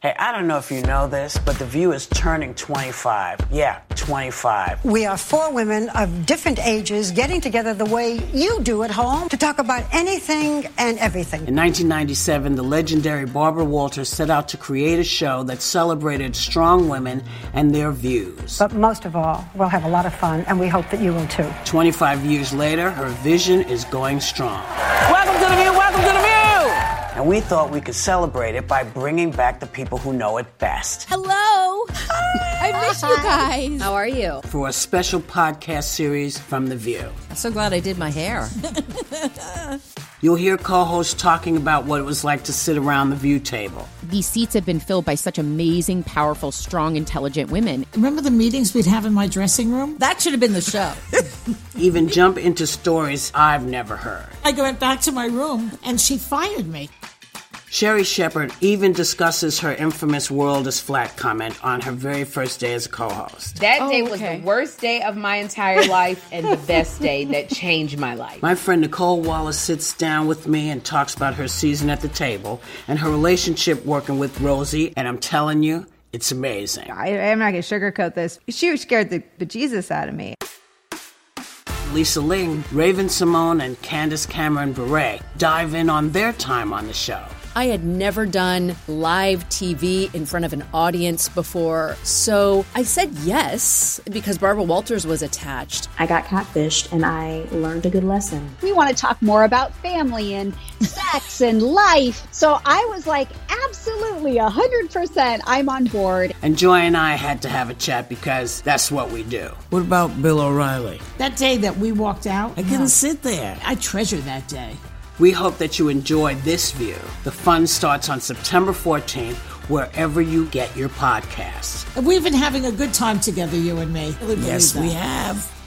Hey, I don't know if you know this, but The View is turning 25. Yeah, 25. We are four women of different ages getting together the way you do at home to talk about anything and everything. In 1997, the legendary Barbara Walters set out to create a show that celebrated strong women and their views. But most of all, we'll have a lot of fun, and we hope that you will too. 25 years later, her vision is going strong. Welcome to The View! Welcome to The View! And we thought we could celebrate it by bringing back the people who know it best. Hello. I miss you guys. How are you? for a special podcast series from The View. I'm so glad I did my hair. You'll hear co hosts talking about what it was like to sit around the View table. These seats have been filled by such amazing, powerful, strong, intelligent women. Remember the meetings we'd have in my dressing room? that should have been the show. Even jump into stories I've never heard. I went back to my room and she fired me. Sherry Shepard even discusses her infamous world is flat comment on her very first day as a co host. That Oh, day was okay. the worst day of my entire life and the best day that changed my life. My friend Nicole Wallace sits down with me and talks about her season at the table and her relationship working with Rosie, and I'm telling you, it's amazing. I, I'm not going to sugarcoat this. She scared the bejesus out of me. Lisa Ling, Raven Simone, and Candace Cameron Bure dive in on their time on the show. I had never done live TV in front of an audience before, so I said yes because Barbara Walters was attached. I got catfished and I learned a good lesson. we want to talk more about family and sex and life. So I was like, absolutely, 100%, I'm on board. And Joy and I had to have a chat because that's what we do. What about Bill O'Reilly? That day that we walked out, I couldn't sit there. I treasure that day. We hope that you enjoy this view. The fun starts on September 14th, wherever you get your podcasts. And we've been having a good time together, you and me. I really believe that. have.